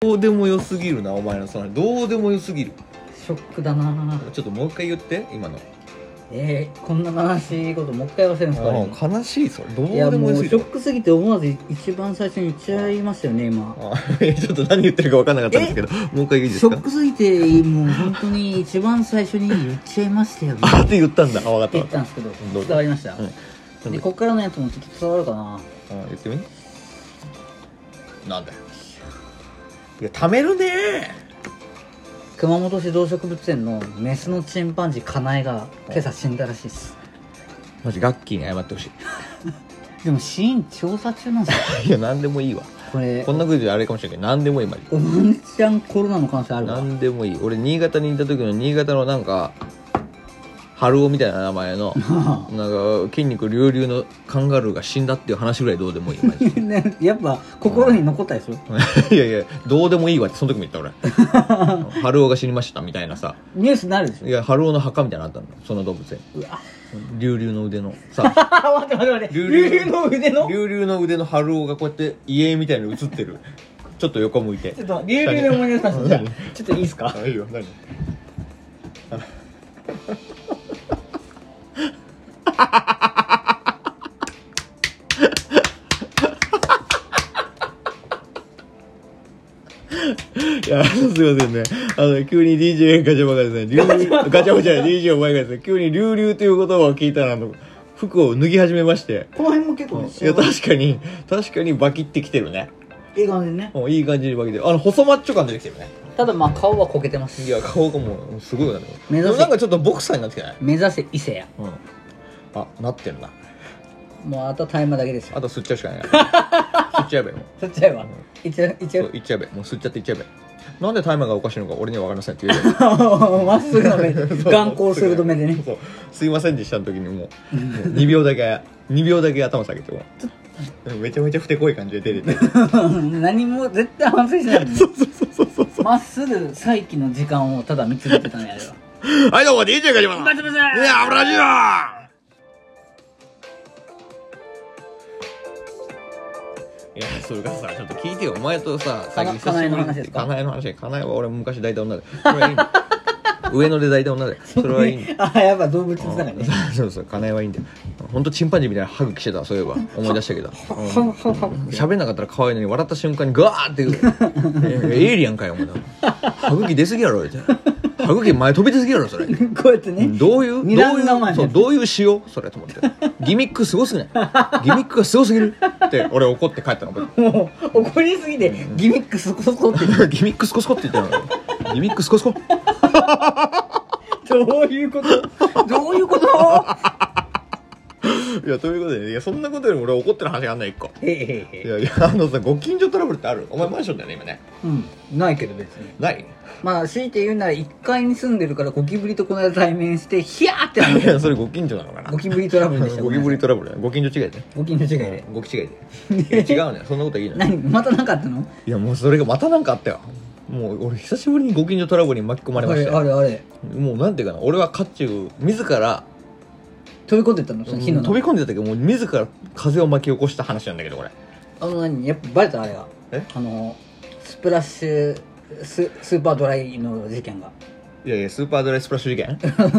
どうでもよすぎるなお前のそのどうでもよすぎるショックだなちょっともう一回言って今のえー、こんな悲しいこともう一回言わせるんですかねあ悲しいそれどういでやももうよすぎショるックすぎて思わず一番最初に言っちゃいましたよね今あちょっと何言ってるか分かんなかったんですけどもう一回いいでシすョかックすぎてもう本当に一番最初に言っちゃいましたよねあっーって言ったんだあ分かったて言っ分かたんっですけどどうぞ伝わりました、たでこっからのやつもちょっと伝わるかうなん言ってみなんだよいや貯めるね熊本市動植物園のメスのチンパンジーカナエが今朝死んだらしいですマジガッキーに謝ってほしでも死因調査中なんですよいいや何でもいいわこれこんなことじゃあれかもしれないけど何でもいいマジおもんちゃんコロナの可能性あるわ何でもいい俺新潟にいた時の新潟のなんか春尾みたいな名前のなんか筋肉隆々のカンガルーが死んだっていう話ぐらいどうでもいいマジね やっぱ心に残ったでしょ いやいやどうでもいいわってその時も言った 俺春尾が死にましたみたいなさニュースになるでしょいや春尾の墓みたいなのあったんだよその動物園うわ 隆々の腕の さ待って待って待って竜竜々の腕のち流々の腕の春男がこうやって家みたいに映ってるちょっと横向いてょっと竜々で思い出しましたじゃあちょっといいですかあいいよ何いや、あのすいませんね。あの、急に DJ ガチャバがですね、 流々、ガチャバじゃない、DJ お前がですね、急に流々という言葉を聞いたら、あの、服を脱ぎ始めまして、この辺も結構ねいや、確かに、確かにバキってきてるね。映画でねうんいい感じにバキってる。あの、細マッチョ感出てきてるね。ただまあ顔はこけてますいや顔がもうすごいよね目指せでもなんかちょっとボクサーになってきてない目指せ伊勢やうんあなってるなもうあとはタイマーだけですよあと吸っちゃうしかないな吸っちゃえばいいもうそっちは一応一そう応いっちゃえばいいもう吸っちゃっていっちゃえばいいなんでタイマーがおかしいのか俺には分かりませんって言え ばいいまっすぐの目でそう眼光鋭めでねそうすいませんでしたの時にも う2秒だけ2秒だけ頭下げてもうめちゃめちゃふてこい感じで出れて何も絶対反省しないそうそうそうそうそうまっすぐ再起の時間をただ見つめてたねあれははいどうも DJ が島のバツバツいや油じゃいやそれがさちょっと聞いてよお前とさかな久しぶりにかなえの話ですかかなえの話かなえは俺昔抱いた女でそれはいいの上野で抱いた女でそれはいいんだよ あやっぱ動物だからねそうそうかなえはいいんだよほんとチンパンジーみたいなハグ来てたそういえば思い出したけどうんほんほんほん喋んなかったら可愛いのに笑った瞬間にガーって言 うえエイリアンかよお前歯茎出すぎやろ言うて歯茎前飛び出すぎやろそれ こうやってねどういう、二どう段い構えう、のそう、やつどういう仕様それと思って。ギミックすごす ぎないギミックがすごすぎるって、俺怒って帰ったの。覚もう怒りすぎてギミックそこそこって えてる ギミックスコスコって言ってたの。ギミックスコスコ。どういうこと どういうこといや、ということで、いや、そんなことよりも俺怒ってる話があんない、一個。へいへいいへいやいや、あのさ、ご近所トラブルってあるお前マンションだよね、今ね。うんないけど別にないまあ強いて言うなら1階に住んでるからゴキブリとこの間対面してヒヤーって ないや、それご近所なのかなゴ。キブリトラブルでしたゴキブリごめんなさトラブルだねご近所違いでね。いゴキの違いでごき違いで。 いや違うね。そんなこといいの。何またなかったのいや、もうそれがまたなんかあったよ。もう俺久しぶりにご近所トラブルに巻き込まれましたよあれあれもうなんていうかな俺は渦中自ら飛び込んでったのそ飛のび火の中込んでたけどもう自ら風を巻き起こした話なんだけどこれあの何やっぱバレたあれがえあのスプラッシュススーパードライの事件が いやいやスーパードライスプラッシュ事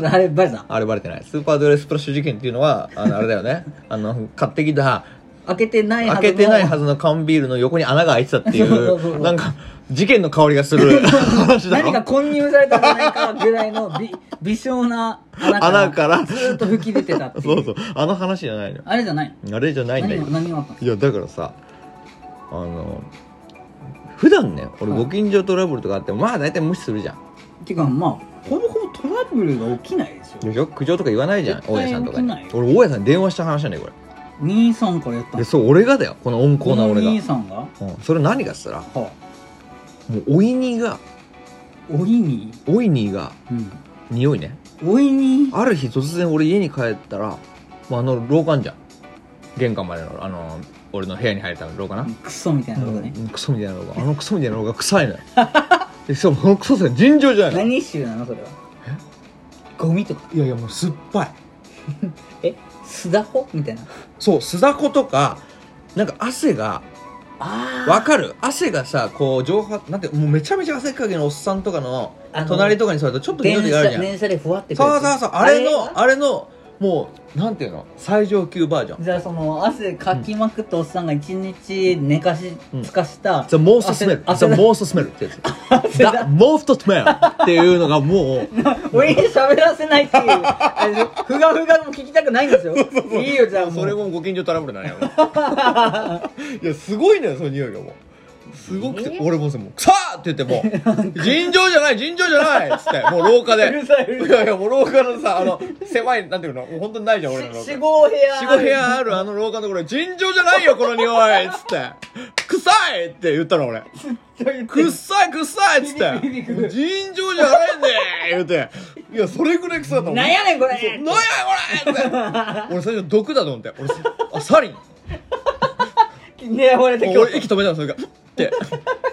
件あれバレたあれバレてないスーパードライスプラッシュ事件っていうのはあのあれだよね あの買ってきた開けてないはず開のけてないはずの缶ビールの横に穴が開いてたってい そうそうそうそううなんか事件の香りがす る話だ何かろ混入されたんじゃないかぐらいのび微小な穴から穴からずーっと吹き出てたっていうそうそうあの話じゃないのよあれじゃないあれじゃないんだ何よが何があったのいやだからさあの普段ね俺はいご近所トラブルとかあってもまあ大体無視するじゃんていうかまあほぼほぼトラブルが起きないですよでしょ苦情とか言わないじゃん絶対大家さんとかに起きない俺大家さんに電話した話なんだよこ23からやったれのでそう俺がだよこの温厚な俺が、う23がはん、それ何かっつったらあもうおいにがおいにおいにがうん匂いねおいにある日突然俺家に帰ったら、まあ、あの廊下あんじゃん玄関までのあの俺の部屋に入れた廊下な、クソみたいなとこねうんクソみたいな廊下あのクソみたいな廊下臭いのよ でしかもこのクソさ尋常じゃないの何臭なのそれはゴミとかいやいやもう酸っぱいえスダホみたいなそう酢だことかなんか汗があわかる汗がさこう蒸発なんてもうめちゃめちゃ汗っかきのおっさんとかのあの隣とかに座るとちょっとひどい時電ある車じゃん電車でふわってくるそうそうそうあれのあれあのもうなんていうの最上級バージョンじゃあその汗かきまくったおっさんが一日寝かしうんつかした、 The most smell 汗 The だ most smell ってやつ The だ most smell っていうのがもう俺に喋らせないっていうあれでしょふがふがも聞きたくないんですよいいよじゃあもそうれもご近所トラブルだね いやすごいのよその匂いがもうすごくて、えー俺もさもう「さあ!」って言ってもう「尋常じゃない尋常じゃない!」っつってもう廊下でうるさいうるさいいやいやもう廊下のさあの狭いなんていうのもう本当にないじゃん俺の廊下四五部屋45部屋あるあの廊下のところに尋常じゃないよこの匂いっつって「臭い!」って言ったの俺「臭い臭い!」っつって ビビビビ「く尋常じゃないんで!」言うていやそれぐらい臭かったもんなんやねんこれそうなんやこれ!」 って俺最初毒だと思って俺さあサリン狙われたもう俺息止めたのそれがって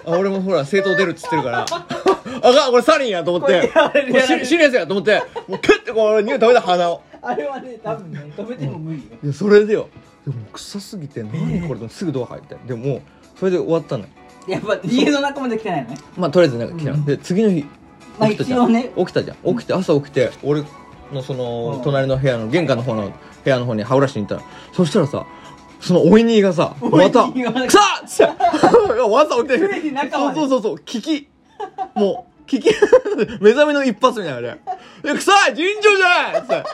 あ俺もほら正当出るっつってる からあが俺サリンやと思ってこれやられるこれシリシリアスやと思ってもうキュッてこう匂い止めた鼻を あれはね多分ね止めても無理よいやそれでよでも臭すぎて何これとすぐドア入ってでもそれで終わったのよやっぱ家の中まで来てないのねまあとりあえずなんか来たの、うんで次の日まあ起きたじゃん、一応ね起きたじゃん起きて朝起きて俺のそのうん隣の部屋の玄関の方の部屋の方に歯ブラシに行ったのそしたらさそのおいにがさおいまた「にがくさっ!」っつっていや わざ起きて常に中までそうそうそうそう聞きもう聞き 目覚めの一発みたいなねで「くさい尋常じゃない!」っつって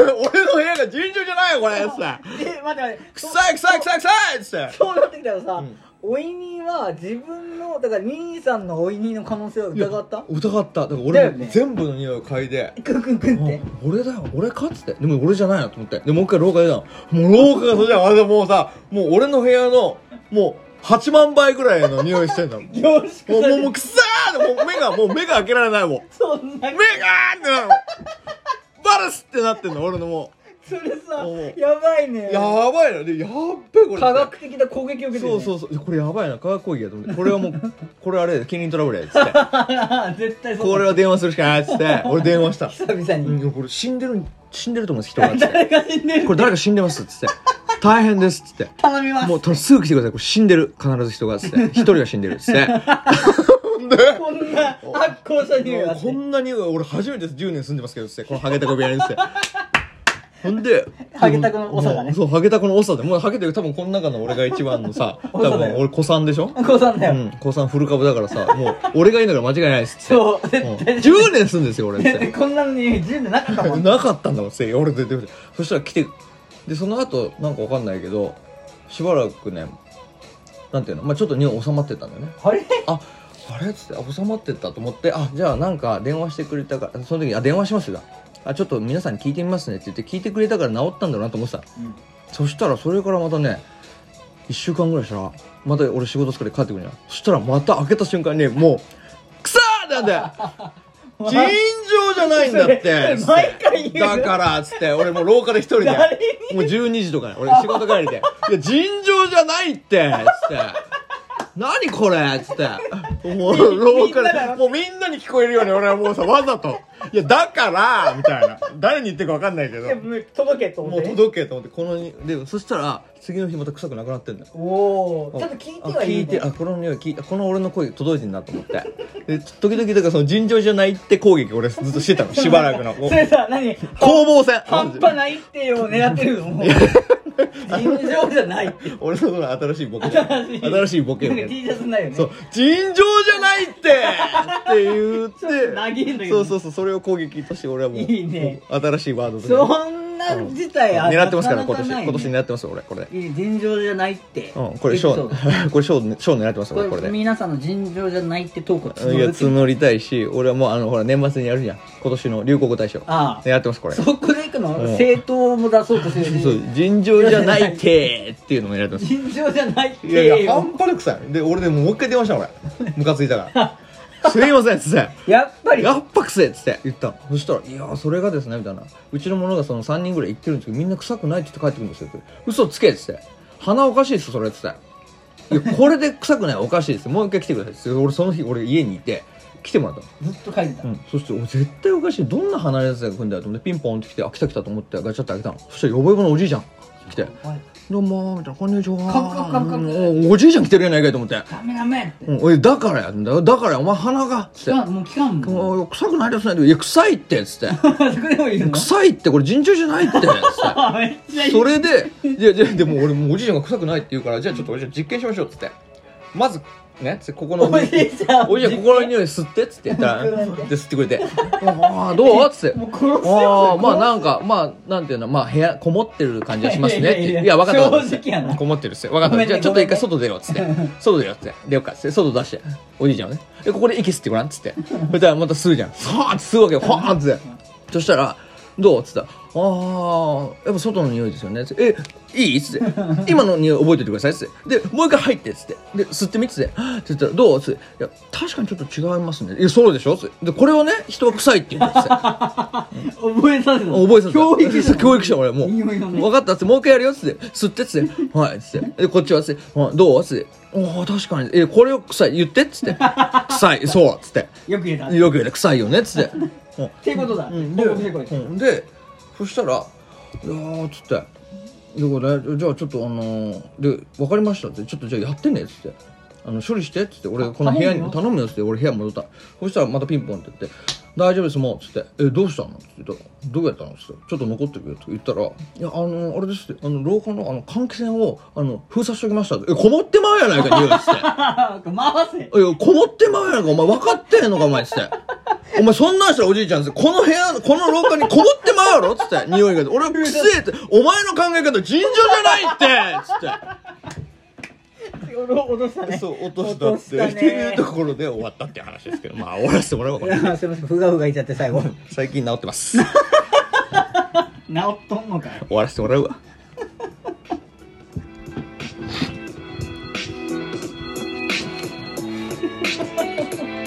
俺の部屋が尋常じゃないよこれ!」っつってえ待って待って「臭い臭い臭い臭い!」っつってそうなってきたらさ、んおいには自分のだから兄さんのおいにの可能性を疑った疑っただからだ俺よもね全部の匂いを嗅いでくんくんくんってあ俺だよ俺かっつってでも俺じゃないよと思ってでもう一回廊下出たのもう廊下がそれじゃんあれもうさもう俺の部屋のもう8万倍ぐらいの匂いしてん だもんも凝縮うさもうもうれてくさーってもう目がもう目が開けられないもんそん目がーなってなるのバラスってなってんの俺のもそれさおうやばいねうやばいなでやっべこれ科学的な攻撃を受けてる、そね、うそううそうこれやばいな科学講義やと思ってこれはもうこれあれ近隣トラブルやっつって 絶対そうこれは電話するしかないっつって俺電話した久々うんに、いやこれ死んでる死んでると思うんです人がっつって誰が死んでるこれ誰か死んでますっつって大変ですっつって頼みますもうとすぐ来てくださいこれ死んでる必ず人がっつって一人が死んでるっつってこんな発酵した匂いがあっこてんなに俺初めて10年住んでますけどっつってこのハゲタコ部屋にっつってほんでハゲタコの長がねもうそうハゲタコの長でもうハゲタコ多分この中の俺が一番のさ多長だ分よ俺子さんでしょこうさんだうよ、ん子さんフル株だからさもう俺がいいんだから間違いないっすっつってそううん絶対10年住んでんですよ俺っつってでこんなのに自由でなかったも んなかったんだもんせい俺出てくてそしたら来てでその後なんかわかんないけどしばらくねなんていうの、まあ、ちょっと匂い収まってたんだよねあれああれっつってあ収まってったと思ってあじゃあなんか電話してくれたからその時にあ電話しますよあちょっと皆さんに聞いてみますねって言って聞いてくれたから治ったんだろうなと思ってたそしたらそれからまたね1週間ぐらいしたらまた俺仕事疲れて帰ってくるじゃんそしたらまた開けた瞬間にもう「くさー!」なん だよ尋常じゃないんだってそれ 毎回言うだからっつって俺もう廊下で一人で誰もう12時とかね俺仕事帰りで「いや尋常じゃないって」つって「何これ」つ ってもう廊下みんなだでよもうみんなに聞こえるように俺はもうさわざ と「いやだから」みたいな誰に言ってるか分かんないけどいやもう届けと思もっうてね届けと思ってこのにでそしたら次の日また臭くなくなってんだよおおちょっと聞いてはいあ聞いいいてねあこの匂い聞いたこの俺の声届いてんなと思ってで時々だからその尋常じゃないって攻撃俺ずっとしてたのしばらくのもうそれさ何攻防戦半端ないっていうのを狙って るのもう尋常じゃないっていう俺のその新しいボケ新しい新しいボケを なんか T シャツになるよねそう尋常じゃないってって言っちょっと長いてんだけどねそうそうそうそれを攻撃として俺はもういいね新しいワードとしてそんな事態あ狙ってますからな今な年ない今年狙ってますよ俺これでいい尋常じゃないってうんこれ賞エピソー ドこれ賞賞狙ってますよ俺ここれれで皆さんの尋常じゃないってトークを募いるやっていう募りたいし俺はもうあのほら年末にやるじゃん今年の流行語大賞ああやってますこれそうそこで行くのうん政党も出そうとしてるし尋常じゃないってっていうのもやって ます尋常じゃないっていやいやよ半端なくさで俺でももう一回電話したの俺ムカついたから すいませんっつってやっぱりやっぱくせえっつって言ったのそしたら「いやーそれがですね」みたいなうちの者がその3人ぐらい行ってるんですけどみんな臭くないって言って帰ってくるんですよって嘘つけっつって鼻おかしいっすそ れっつっていやこれで臭くないおかしいですもう一回来てくださいっつって俺その日俺家にいて来てもらったのずっと書いてた、うん、そしてお絶対おかしいどんな離れやつが来るんだよと思ってピンポンって来てあ来た来たと思ってガチャって開けたのそしたらヨボヨボのおじいちゃん来ておい「どうも」みたいな「こんにちは」カンカンカンカンうんおじいちゃん来てるやないかいと思ってダメダメっ「うてん、おいだからや」だからやお前鼻が」つ期って間もう期間「ももう臭くないですね」いや臭いって」つ ってそこでも言「うの臭いってこれ尋常じゃないって」つって あめっちゃいいそれで「いやじゃあでも俺もうおじいちゃんが臭くない」って言うから「じゃあちょっとおじいちゃん実験しましょう」っつってまずねつってここのおじいちゃんおじいちゃんここの匂い吸ってっつって言ったら 吸でって吸ってくれて「ああどう?」っつってもう殺すよああまあなんかまあなんていうのまあ部屋こもってる感じがしますねっていやいやいやいや分かった正直やなこもってるっすよ分かごっめたじんねゃあちょっと一回ご外出ろっつって外出ろっつって出ようかっつって外出しておじいちゃんはねえここで息吸ってごらんっつってそしたらまた吸うじゃんさあって吸うわけよはあっつってそしたらどうっつったら「ああやっぱ外の匂いですよね」つってえいい?」っつって「今の匂い覚えておいてください」っつってでもう一回入ってっつってで吸ってみっつって「つったらどう?」っつって「いや確かにちょっと違いますね」「いやそうでしょ?」っつってでこれをね人は臭いって言うんですよ覚えさせた覚えさせた教育者教育者俺もう匂いのね分かったっつってもう一回やるよっつって吸ってっつってはいっつ ってでこっちはっつってはいどうっつっておお確かにえこれを臭い言ってっつって臭いそうっつってよく言えたっよく言うね臭いよねっつって うんていう ことだうん報で告成功ですうんでそしたら「いやー」っつって「どこだじゃあちょっとあのーで分かりました」って「ちょっとじゃあやってね」っつって「あの処理して」っつって俺この部屋に頼むよ頼むよっつって俺部屋戻ったそしたらまたピンポンって言って「大丈夫ですもう」っつって「えどうしたの?」って言ったら「どうやったの?」っつって「ちょっと残ってるよ」って言ったら「いやあのーあれです」って「あの廊下のあの換気扇をあの封鎖しておきました」って「えこもってまうやないか匂い」っつって。あー回せいや、こもってまうやんか、お前分かってんのか、お前っつって。お前そんなんしたらおじいちゃんっつってこの部屋、この廊下にこもってまうやろっつって、匂いが。俺はくせえって、お前の考え方尋常じゃないってつっおろ落としたて。ねそう、落としたって。落とっしてたいうねところで終わったっていう話ですけど、まあ終わらせてもらおうかいな。やすいませんふがふがいちゃって最後治 最近治ってます。っとんのかよ終わらせてもらうわ。